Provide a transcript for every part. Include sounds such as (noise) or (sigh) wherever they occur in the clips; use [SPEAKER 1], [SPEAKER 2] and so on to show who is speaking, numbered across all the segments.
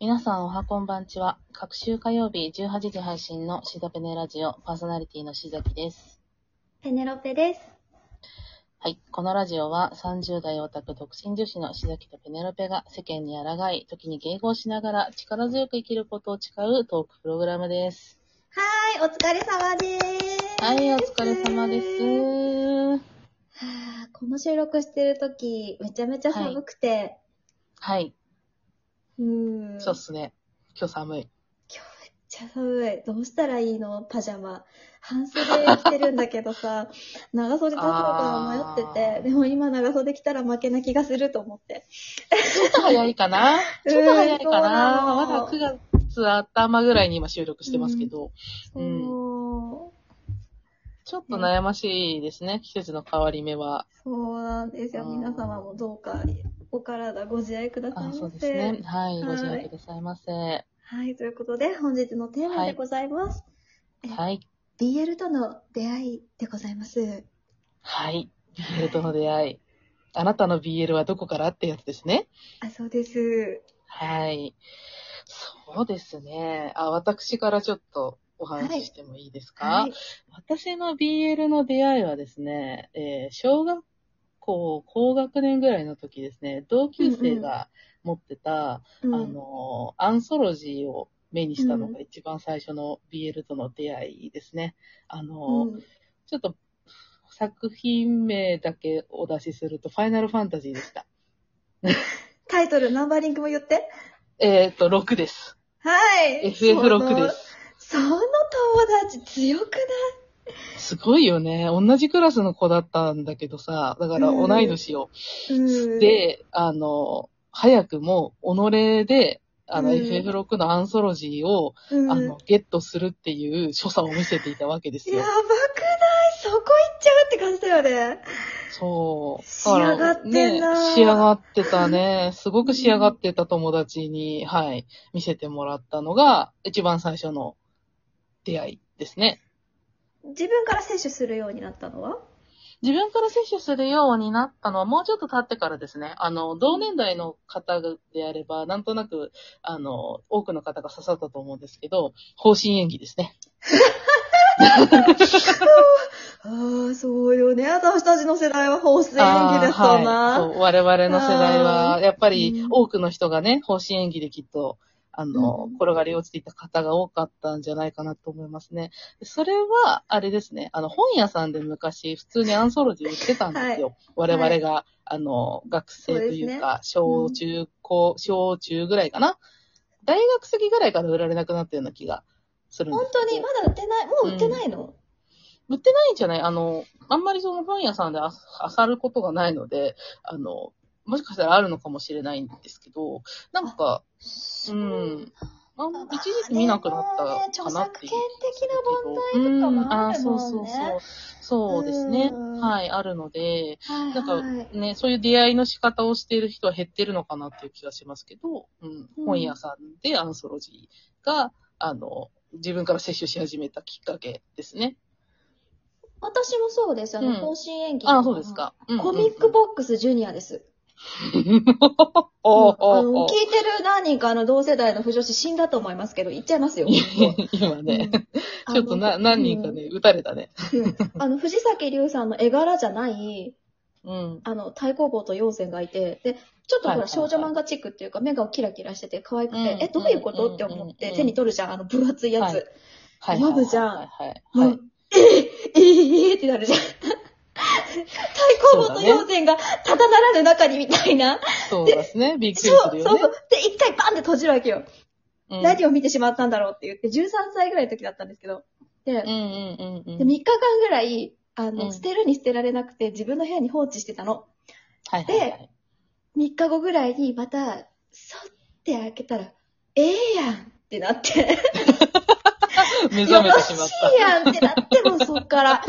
[SPEAKER 1] 皆さんおはこんばんちは。各週火曜日18時配信のシドペネラジオパーソナリティのしざきです。
[SPEAKER 2] ペネロペです。
[SPEAKER 1] はい。このラジオは30代オタク独身女子のしざきとペネロペが世間に抗い、時に迎合しながら力強く生きることを誓うトークプログラムです。
[SPEAKER 2] はーい、お疲れ様でーす。
[SPEAKER 1] はい、お疲れ様です。
[SPEAKER 2] はーこの収録してるとき、めちゃめちゃ寒くて、
[SPEAKER 1] はい。
[SPEAKER 2] うーん。
[SPEAKER 1] そうっすね。今日寒い。
[SPEAKER 2] めっちゃ寒い。どうしたらいいのパジャマ。半袖着てるんだけどさ、 (laughs) 長袖出すのか迷って
[SPEAKER 1] あー
[SPEAKER 2] て、でも今長袖着たら負けな気がすると思って。
[SPEAKER 1] ちょっと早いかなちょっと早いか
[SPEAKER 2] うんそうな
[SPEAKER 1] な
[SPEAKER 2] の
[SPEAKER 1] まだ9月頭ぐらいに今収録してますけど、うん
[SPEAKER 2] そう。
[SPEAKER 1] ちょっと悩ましいですね、季節の変わり目は。
[SPEAKER 2] そうなんですよ。
[SPEAKER 1] うん
[SPEAKER 2] 皆様もどうか、お体ご自愛ください
[SPEAKER 1] あ
[SPEAKER 2] ませ。
[SPEAKER 1] そうですね。はい、
[SPEAKER 2] はい
[SPEAKER 1] ご自愛くださいませ。は
[SPEAKER 2] はい、ということで、本日のテーマでございます。
[SPEAKER 1] い。
[SPEAKER 2] え
[SPEAKER 1] はい。
[SPEAKER 2] BL との出会いでございます。
[SPEAKER 1] BL との出会い。あなたの BL はどこからってやつですね。
[SPEAKER 2] あ、そうです。
[SPEAKER 1] はい。そうですね。あ、私からちょっとお話ししてもいいですか、
[SPEAKER 2] はい。
[SPEAKER 1] 私の BL の出会いはですね、えー小学校高学年ぐらいの時ですね、同級生が持ってた、
[SPEAKER 2] うん
[SPEAKER 1] あ、のー、アンソロジーを目にしたのが一番最初の BL との出会いですね。あのー、
[SPEAKER 2] うん
[SPEAKER 1] ちょっと作品名だけお出しすると、ファイナルファンタジーでした。
[SPEAKER 2] タイトル、ナンバリングも言って。
[SPEAKER 1] えっと、6です。
[SPEAKER 2] はい。
[SPEAKER 1] FF6 です。
[SPEAKER 2] その。その友達強くない
[SPEAKER 1] すごいよね。同じクラスの子だったんだけどさ、だから同い年を。
[SPEAKER 2] うん、
[SPEAKER 1] で、あの、早くも、己で、あの、
[SPEAKER 2] うん
[SPEAKER 1] FF6 のアンソロジーを、
[SPEAKER 2] うん、
[SPEAKER 1] あの、ゲットするっていう所作を見せていたわけです
[SPEAKER 2] や
[SPEAKER 1] よ
[SPEAKER 2] ばく。ないそこ行っちゃうって感じだよね。
[SPEAKER 1] そう。
[SPEAKER 2] 仕上がってん
[SPEAKER 1] だ
[SPEAKER 2] な
[SPEAKER 1] からね、仕上がってたね。すごく仕上がってた友達に、はい、見せてもらったのが、一番最初の出会いですね。
[SPEAKER 2] 自分から摂取するようになったのは
[SPEAKER 1] 自分から摂取するようになったのはもうちょっと経ってからですね。あの、同年代の方であれば、なんとなく、あの、多くの方が刺さったと思うんですけど、方針演技ですね。
[SPEAKER 2] ああ、そうよね。私たちの世代は放水演技だったな。
[SPEAKER 1] あーはいそう我々の世代は、やっぱり
[SPEAKER 2] うん
[SPEAKER 1] 多くの人がね、方針演技できっと、あの、
[SPEAKER 2] うん
[SPEAKER 1] 転がり落ちていた方が多かったんじゃないかなと思いますね。でそれは、あれですね、あの、本屋さんで昔、普通にアンソロジー売ってたんですよ。我々が、あの、学生というか、
[SPEAKER 2] う
[SPEAKER 1] 小
[SPEAKER 2] ん
[SPEAKER 1] 中高、小中ぐらいかな。大学過ぎぐらいから売られなくなったような気がするんで
[SPEAKER 2] 本
[SPEAKER 1] すけど。
[SPEAKER 2] 当にまだ売ってない、もう売ってないの、
[SPEAKER 1] 売ってないんじゃないあの、あんまりその本屋さんでああさることがないので、あの、もしかしたらあるのかもしれないんですけど、なんか、うん。あん一時期見なくなったかなっていう。
[SPEAKER 2] でもね著作権的な問題とかもあ
[SPEAKER 1] うん
[SPEAKER 2] る
[SPEAKER 1] そう
[SPEAKER 2] もんね
[SPEAKER 1] そうそう。そうですね
[SPEAKER 2] うん。
[SPEAKER 1] はい、あるので、
[SPEAKER 2] はい
[SPEAKER 1] なんか
[SPEAKER 2] はい
[SPEAKER 1] ね、そういう出会いの仕方をしている人は減ってるのかなっていう気がしますけど、うん
[SPEAKER 2] うん
[SPEAKER 1] 本屋さんでアンソロジーが、あの、自分から摂取し始めたきっかけですね。
[SPEAKER 2] 私もそうです。あ
[SPEAKER 1] う
[SPEAKER 2] の、
[SPEAKER 1] ん
[SPEAKER 2] 方針演技。
[SPEAKER 1] あそうです。か。うんうんう
[SPEAKER 2] コ
[SPEAKER 1] ん
[SPEAKER 2] ミックボックスジュニアです。
[SPEAKER 1] おうん
[SPEAKER 2] うあ
[SPEAKER 1] おうお
[SPEAKER 2] の
[SPEAKER 1] う
[SPEAKER 2] 聞いてる何人かの同世代の不女子死んだと思いますけど、言っちゃいますよ。
[SPEAKER 1] (laughs) 今ね、
[SPEAKER 2] う
[SPEAKER 1] (laughs)
[SPEAKER 2] ん
[SPEAKER 1] ちょっとな、何人か。ね、撃たれたね。
[SPEAKER 2] あのうん、あの藤崎龍さんの絵柄じゃない、
[SPEAKER 1] うん。
[SPEAKER 2] あの、太鼓坊と陽線がいて、で、ちょっと
[SPEAKER 1] はい
[SPEAKER 2] ほ
[SPEAKER 1] はい
[SPEAKER 2] ら少女漫画チックっていうか、目がキラキラしてて可愛く
[SPEAKER 1] うん
[SPEAKER 2] て、え、どういうこ
[SPEAKER 1] うん
[SPEAKER 2] とって思っ
[SPEAKER 1] う
[SPEAKER 2] て
[SPEAKER 1] ん
[SPEAKER 2] 手に取るじゃん、あの分厚いや
[SPEAKER 1] は
[SPEAKER 2] つ
[SPEAKER 1] い。はい。
[SPEAKER 2] ラブじゃん
[SPEAKER 1] はいはいはい
[SPEAKER 2] も
[SPEAKER 1] はい。
[SPEAKER 2] う、ええええええってなるじゃん。太鼓
[SPEAKER 1] そう
[SPEAKER 2] 棒
[SPEAKER 1] だ
[SPEAKER 2] と
[SPEAKER 1] ね
[SPEAKER 2] 陽線がただならぬ中にみたいな。
[SPEAKER 1] そうですね。びっくりす
[SPEAKER 2] そう、
[SPEAKER 1] る
[SPEAKER 2] そうそ
[SPEAKER 1] よ
[SPEAKER 2] う。で、一回バンって閉じるわけよ。
[SPEAKER 1] ね。うん
[SPEAKER 2] 何を見てしまったんだろうって言って、13歳ぐらいの時だったんですけど。で、
[SPEAKER 1] うんうんうんう
[SPEAKER 2] で3
[SPEAKER 1] ん。
[SPEAKER 2] 日間ぐらい、あの、
[SPEAKER 1] うん
[SPEAKER 2] 捨てるに捨てられなくて、自分の部屋に放置してたの。
[SPEAKER 1] はいはいはい。
[SPEAKER 2] 3日後ぐらいに、また、そって開けたら、ええやんって
[SPEAKER 1] (laughs)
[SPEAKER 2] なって、
[SPEAKER 1] 目
[SPEAKER 2] よ
[SPEAKER 1] 覚め
[SPEAKER 2] ろ
[SPEAKER 1] て
[SPEAKER 2] し
[SPEAKER 1] しまっ
[SPEAKER 2] いやんってなって、もうそっから、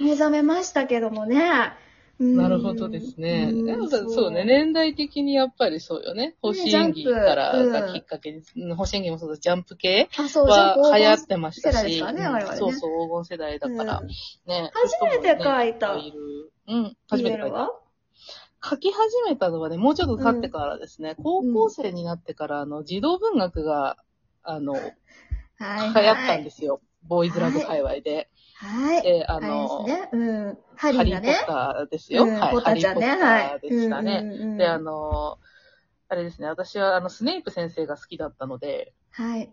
[SPEAKER 2] 目覚めましたけどもね。
[SPEAKER 1] た。
[SPEAKER 2] な
[SPEAKER 1] なるほどですね。
[SPEAKER 2] うん
[SPEAKER 1] でもさそうね。年代的にやっぱりそうよね。星演技
[SPEAKER 2] ジャンプ
[SPEAKER 1] から
[SPEAKER 2] うん
[SPEAKER 1] がきっかけです。うん星演技もそうだし、ジャンプ系
[SPEAKER 2] あ、そう、
[SPEAKER 1] は流行ってました
[SPEAKER 2] 世代で
[SPEAKER 1] し。
[SPEAKER 2] すからね
[SPEAKER 1] うん
[SPEAKER 2] 我々ね
[SPEAKER 1] そうそう、黄金世代だから
[SPEAKER 2] う。ん
[SPEAKER 1] ね。
[SPEAKER 2] 初めて書い
[SPEAKER 1] 人
[SPEAKER 2] た
[SPEAKER 1] もねいっぱいいるうん。初めて書いた。
[SPEAKER 2] は
[SPEAKER 1] 書き始めたのはね、もうちょっと経ってからですね、高校生になってから、あの、児童文学が、あの、流
[SPEAKER 2] はい、はい。
[SPEAKER 1] 行ったんですよ。ボーイズラブ界隈で。
[SPEAKER 2] はい。
[SPEAKER 1] えーあ
[SPEAKER 2] あ
[SPEAKER 1] の、
[SPEAKER 2] れですね。うん。ハリ
[SPEAKER 1] ハ
[SPEAKER 2] ー
[SPEAKER 1] リ
[SPEAKER 2] が
[SPEAKER 1] ー・ポ
[SPEAKER 2] ね
[SPEAKER 1] ッ。ターですよ。
[SPEAKER 2] うん
[SPEAKER 1] はい。
[SPEAKER 2] ポッタ
[SPEAKER 1] ハ
[SPEAKER 2] ー
[SPEAKER 1] リ
[SPEAKER 2] ち
[SPEAKER 1] ー・
[SPEAKER 2] ゃ
[SPEAKER 1] ポ
[SPEAKER 2] ん
[SPEAKER 1] ッ
[SPEAKER 2] ね。
[SPEAKER 1] タ
[SPEAKER 2] はい
[SPEAKER 1] ー。でしたね。
[SPEAKER 2] うんうんうん
[SPEAKER 1] で、あの、あれですね、私はあの、スネイプ先生が好きだったので、
[SPEAKER 2] はい。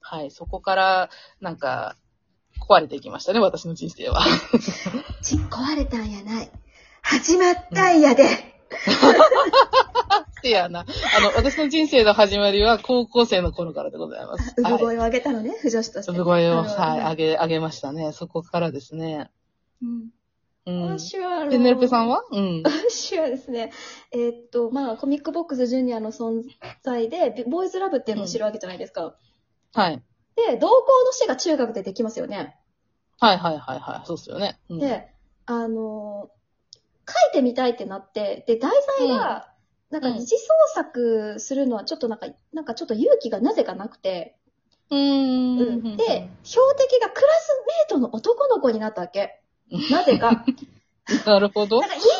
[SPEAKER 1] はい、そこから、なんか、壊れていきましたね、私の人生は。 (laughs)
[SPEAKER 2] ち壊れたんやない。始まったんやで。
[SPEAKER 1] せやな。あの、私の人生の始まりは高校生の頃からでございます。
[SPEAKER 2] 産
[SPEAKER 1] はい。
[SPEAKER 2] 声を上げたのね、不女子として。
[SPEAKER 1] 産声を、
[SPEAKER 2] あの
[SPEAKER 1] はい、あげ、あげましたね。そこからですね。
[SPEAKER 2] うん
[SPEAKER 1] うん。
[SPEAKER 2] 私は、あの
[SPEAKER 1] ペネルペさんはうん。
[SPEAKER 2] 私はですね、えーっと、まあ、コミックボックスジュニアの存在で、ボーイズラブっていうのを知るわけじゃないですか。
[SPEAKER 1] はい。
[SPEAKER 2] で、同校の死が中学でできますよね。
[SPEAKER 1] はいはいはいはい。そうっすよね。うん、
[SPEAKER 2] で、あのー書いてみたいってなって、で、題材が、なんか
[SPEAKER 1] うん
[SPEAKER 2] 二次創作するのはちょっとなんか、なんかちょっと勇気がなぜかなくて、
[SPEAKER 1] うーん。
[SPEAKER 2] で、標的がクラスメートの男の子になったわけ。なぜか。
[SPEAKER 1] (laughs) なる
[SPEAKER 2] (laughs)
[SPEAKER 1] ほど
[SPEAKER 2] なん。かいい感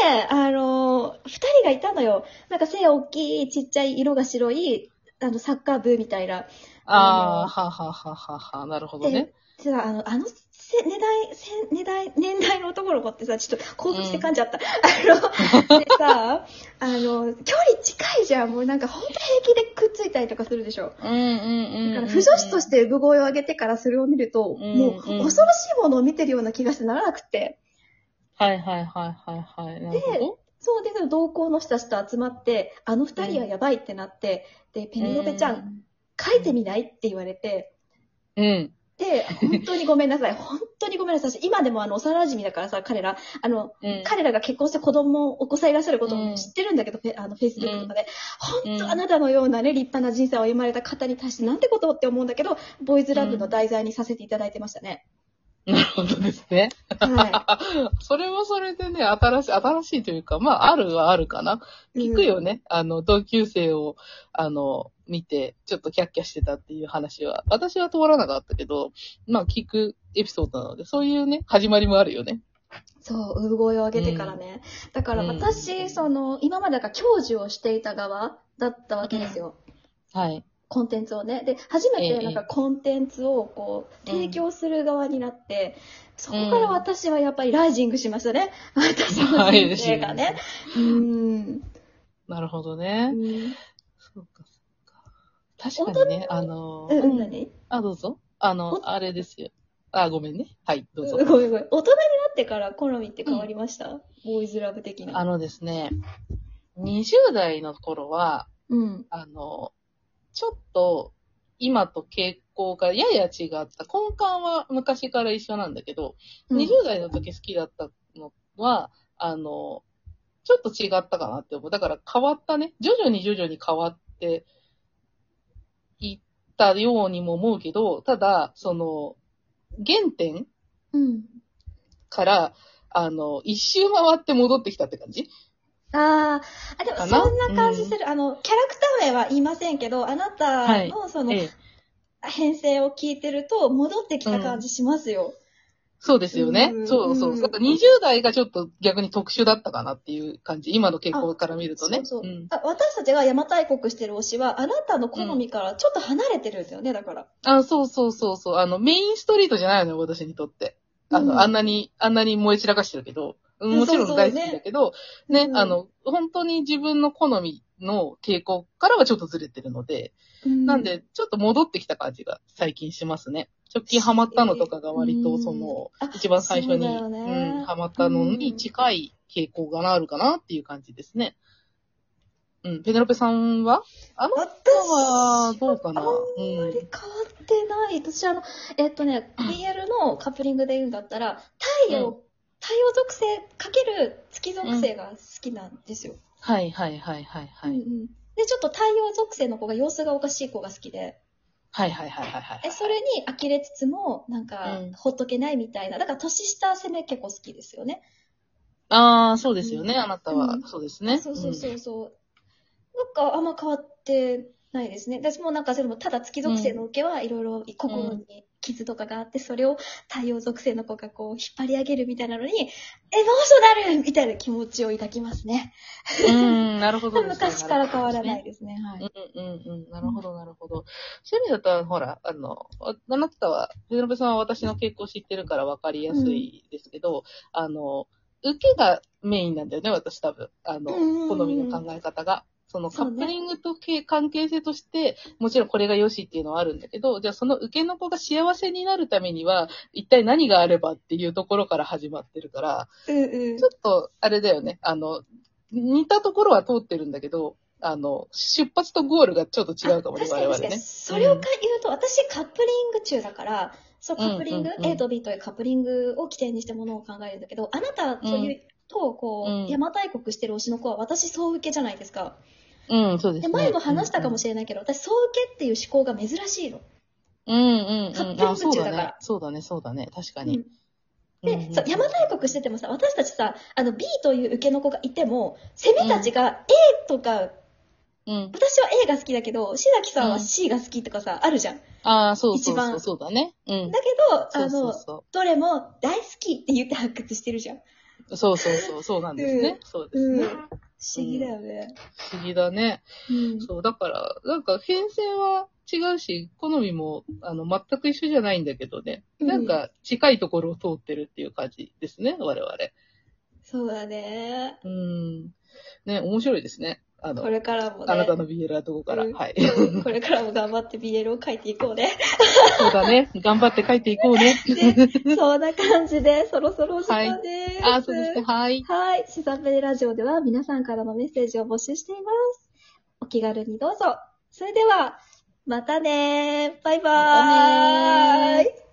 [SPEAKER 2] じのね、あのー二人がいたのよ。なんか背大きい、ちっちゃい、色が白い、あの、サッカー部みたいな。
[SPEAKER 1] ああ、はあはあはあはあはあ。なるほどね。
[SPEAKER 2] じゃあ、あの、あの、せ、年代、せ、年代、年代の男の子ってさ、ちょっと興奮して噛んじゃった。 (laughs) あの、でさ、あの、距離近いじゃん。もうなんか、ほんと平気でくっついたりとかするでしょ。
[SPEAKER 1] うんうんうんうん。
[SPEAKER 2] だから、不女子として産声を上げてからそれを見ると、
[SPEAKER 1] うん
[SPEAKER 2] もう、恐ろしいものを見てるような気がしてならなくて。
[SPEAKER 1] はいはいはいはいはい。なるほど。
[SPEAKER 2] そうで、同行の人たちと集まって、あの二人はやばいってなって、で、ペニロペちゃん、書いてみないって言われて、
[SPEAKER 1] うん。うん。
[SPEAKER 2] で、本当にごめんなさい。 (laughs) 本当にごめんなさい。私今でもあの、幼馴染だからさ、彼ら、あの、
[SPEAKER 1] うん。 (laughs)
[SPEAKER 2] 彼らが結婚して子供、お子さんいらっしゃることも知ってるんだけど、フェあの、Facebook とかで、本
[SPEAKER 1] う
[SPEAKER 2] 当
[SPEAKER 1] ん
[SPEAKER 2] あなたのようなね、立派な人生を歩まれた方に対してなんてことをって思うんだけど、ボーイズラブの題材にさせていただいてまし
[SPEAKER 1] (laughs)
[SPEAKER 2] たね。
[SPEAKER 1] なるほどですね。 (laughs)
[SPEAKER 2] は
[SPEAKER 1] あ、それもそれでね、新しい、新しいというか、まあ、あるはあるかな。
[SPEAKER 2] い。
[SPEAKER 1] 聞くよね。あの、同級生を、あの、見て、ちょっとキャッキャしてたっていう話は、私は通らなかったけど、まあ、聞くエピソードなので、そういうね、始まりもあるよね。
[SPEAKER 2] そう、産声を上げてからね。だから私、
[SPEAKER 1] うん
[SPEAKER 2] その、今までが教授をしていた側だったわけですよ。
[SPEAKER 1] はい。
[SPEAKER 2] コンテンツをね。で、初め
[SPEAKER 1] え
[SPEAKER 2] て
[SPEAKER 1] え
[SPEAKER 2] なんかコンテンツをこ
[SPEAKER 1] う
[SPEAKER 2] う、
[SPEAKER 1] ん
[SPEAKER 2] 提供する側になって、そこから私はやっぱりライジングしましたね。私の人生がね。うん。
[SPEAKER 1] なるほど
[SPEAKER 2] う
[SPEAKER 1] ね。
[SPEAKER 2] ん。
[SPEAKER 1] そうか、そうか。確かにね、あの、
[SPEAKER 2] うん、何
[SPEAKER 1] あ、どうぞ。あの、
[SPEAKER 2] お
[SPEAKER 1] あれですよ。あ、ごめんね。はい、どうぞ
[SPEAKER 2] ごめん。ごめん。大人になってから好みって変わりました、ボーイズラブ的
[SPEAKER 1] あ
[SPEAKER 2] な。
[SPEAKER 1] のですね、20代の頃は、
[SPEAKER 2] うん。
[SPEAKER 1] あの、ちょっと、今と傾向がやや違った。根幹は昔から一緒なんだけど、
[SPEAKER 2] うん
[SPEAKER 1] 20代の時好きだったのは、あの、ちょっと違ったかなって思う。だから変わったね。徐々に徐々に変わっていったようにも思うけど、ただ、その、原点
[SPEAKER 2] うん。
[SPEAKER 1] から、あの、一周回って戻ってきたって感じ
[SPEAKER 2] あーあ、でも
[SPEAKER 1] かな
[SPEAKER 2] そんな感じする。あの、キャラクター名は言いませんけど、あなたのその、
[SPEAKER 1] ええ
[SPEAKER 2] 編成を聞いてると、戻ってきた感じしますよ。
[SPEAKER 1] そうですよね
[SPEAKER 2] う。ん
[SPEAKER 1] そうそうう。
[SPEAKER 2] ん
[SPEAKER 1] だから20代がちょっと逆に特殊だったかなっていう感じ。今の傾向から見るとね。、
[SPEAKER 2] そうそうんあ私たちが邪馬台国してる推しは、あなたの好みからちょっと離れてるんですよね、だから。
[SPEAKER 1] あ、そうそうそうそう。あの、メインストリートじゃないのよ、私にとって。あの、
[SPEAKER 2] うん
[SPEAKER 1] あんなに、あんなに燃え散らかしてるけど、うんもちろん大好きだけど、ね、
[SPEAKER 2] うん
[SPEAKER 1] あ、の、本当に自分の好みの傾向からはちょっとずれてるので、なんで、ちょっと戻ってきた感じが最近しますね。直近ハマったのとかが割と、その、
[SPEAKER 2] うん、あ
[SPEAKER 1] 一番最初に、
[SPEAKER 2] そうだよね
[SPEAKER 1] うん、ハマったのに近い傾向があるかなっていう感じですね。うん、ペネロペさんはあの
[SPEAKER 2] 私
[SPEAKER 1] 人は
[SPEAKER 2] は、
[SPEAKER 1] どうかな
[SPEAKER 2] あ
[SPEAKER 1] うん。
[SPEAKER 2] あまり変わってない。私、あの、えっとね、BL のカップリングで言うんだったら、太陽、
[SPEAKER 1] うん
[SPEAKER 2] 太陽属性かける月属性が好きなんですよ。
[SPEAKER 1] はいはいはいはいは
[SPEAKER 2] うんう
[SPEAKER 1] い。
[SPEAKER 2] んで、ちょっと太陽属性の子が様子がおかしい子が好きで。
[SPEAKER 1] はいはいはいはいはい。
[SPEAKER 2] え、それに呆れつつも、なんか
[SPEAKER 1] うん、
[SPEAKER 2] ほっとけないみたいな。だから、年下攻め結構好きですよね。
[SPEAKER 1] ああ、そうですよね、
[SPEAKER 2] うん
[SPEAKER 1] あなたは。
[SPEAKER 2] うん
[SPEAKER 1] そうですね。
[SPEAKER 2] そうそうそうそう。なんか、あんま変わってないですね。私もなんか、それもただ月属性の受けはいろいろ心に傷とかがあって、それを太陽属性の子がこう引っ張り上げるみたいなのに、エモーショナルみたいな気持ちを抱きますね。
[SPEAKER 1] うん、なるほどですね。
[SPEAKER 2] (laughs) 昔から変わらないですね。はい。
[SPEAKER 1] うんうんうん、なるほど、なるほど。そういう意味だったら、ほら、あの、ああなたは、藤延さんは私の傾向知ってるから分かりやすいですけど、あの、受けがメインなんだよね、私多分。あの、
[SPEAKER 2] うん
[SPEAKER 1] 好みの考え方が。そのカ
[SPEAKER 2] そうね
[SPEAKER 1] ップリングとけ関係性として、もちろんこれが良しっていうのはあるんだけど、じゃあその受けの子が幸せになるためには、一体何があればっていうところから始まってるから、
[SPEAKER 2] うんうん
[SPEAKER 1] ちょ。っと、あれだよね。あの、似たところは通ってるんだけど、あの、出発とゴールがちょっと違うかもね、
[SPEAKER 2] 確か
[SPEAKER 1] 我
[SPEAKER 2] に
[SPEAKER 1] 々
[SPEAKER 2] 確かに。
[SPEAKER 1] ね。
[SPEAKER 2] それをか言うと、私カップリング中だから、そう、カップリング、
[SPEAKER 1] うんうんうん
[SPEAKER 2] A と B というカップリングを起点にしてものを考えるんだけど、あなたという、と、こ
[SPEAKER 1] う
[SPEAKER 2] う、
[SPEAKER 1] ん
[SPEAKER 2] 邪馬台国してる推しの子は私総受けじゃないですか。
[SPEAKER 1] うん、そうです
[SPEAKER 2] で、
[SPEAKER 1] ね。
[SPEAKER 2] 前も話したかも
[SPEAKER 1] し
[SPEAKER 2] しれないけど、私総受けっていう思考が珍しいの。
[SPEAKER 1] れない。うんうん
[SPEAKER 2] カッ
[SPEAKER 1] う
[SPEAKER 2] プ
[SPEAKER 1] ん。
[SPEAKER 2] リ
[SPEAKER 1] あ、
[SPEAKER 2] ング
[SPEAKER 1] そう
[SPEAKER 2] 中
[SPEAKER 1] だ
[SPEAKER 2] だから
[SPEAKER 1] ね。そうだね、そうだね。確か
[SPEAKER 2] う
[SPEAKER 1] に。
[SPEAKER 2] んで、
[SPEAKER 1] うんうん
[SPEAKER 2] そう、邪馬台国しててもさ、私たちさ、あの B という受けの子がいても、攻めたちが A とか、
[SPEAKER 1] うん。
[SPEAKER 2] 私は A が好きだけど、志崎さんは C が好きとかさ、あるじゃん。だ
[SPEAKER 1] ああ、そうそう
[SPEAKER 2] 一
[SPEAKER 1] そう、
[SPEAKER 2] 番
[SPEAKER 1] そうだね。うん。
[SPEAKER 2] けど、
[SPEAKER 1] そ
[SPEAKER 2] あ
[SPEAKER 1] うそ
[SPEAKER 2] の
[SPEAKER 1] う、そ
[SPEAKER 2] どれも大好きって言って発掘してるじゃん。
[SPEAKER 1] う。そうそうそう、そうなんですね。そうですね。
[SPEAKER 2] 不思議だよね。
[SPEAKER 1] 不思議だね。
[SPEAKER 2] うん。
[SPEAKER 1] そう、だから、なんか変遷は違うし、好みも、あの、全く一緒じゃないんだけどね。
[SPEAKER 2] うん
[SPEAKER 1] なんか、近いところを通ってるっていう感じですね、我々。
[SPEAKER 2] そうだね。
[SPEAKER 1] うん。ね、面白いですね。あの、
[SPEAKER 2] これからもね。
[SPEAKER 1] あなたの BL はどこから、
[SPEAKER 2] うん
[SPEAKER 1] はい。
[SPEAKER 2] (laughs)
[SPEAKER 1] (laughs)
[SPEAKER 2] これからも頑張って BL を書いていこうね。 (laughs)
[SPEAKER 1] そうだね。頑張って書いていこうね。
[SPEAKER 2] で、そんな感じで、そろそろお時間
[SPEAKER 1] (laughs)
[SPEAKER 2] です。
[SPEAKER 1] あ、そうですね。はい。
[SPEAKER 2] はい。シザペラジオでは皆さんからのメッセージを募集しています。お気軽にどうぞ。それでは、またねバイバー
[SPEAKER 1] また
[SPEAKER 2] イ
[SPEAKER 1] ね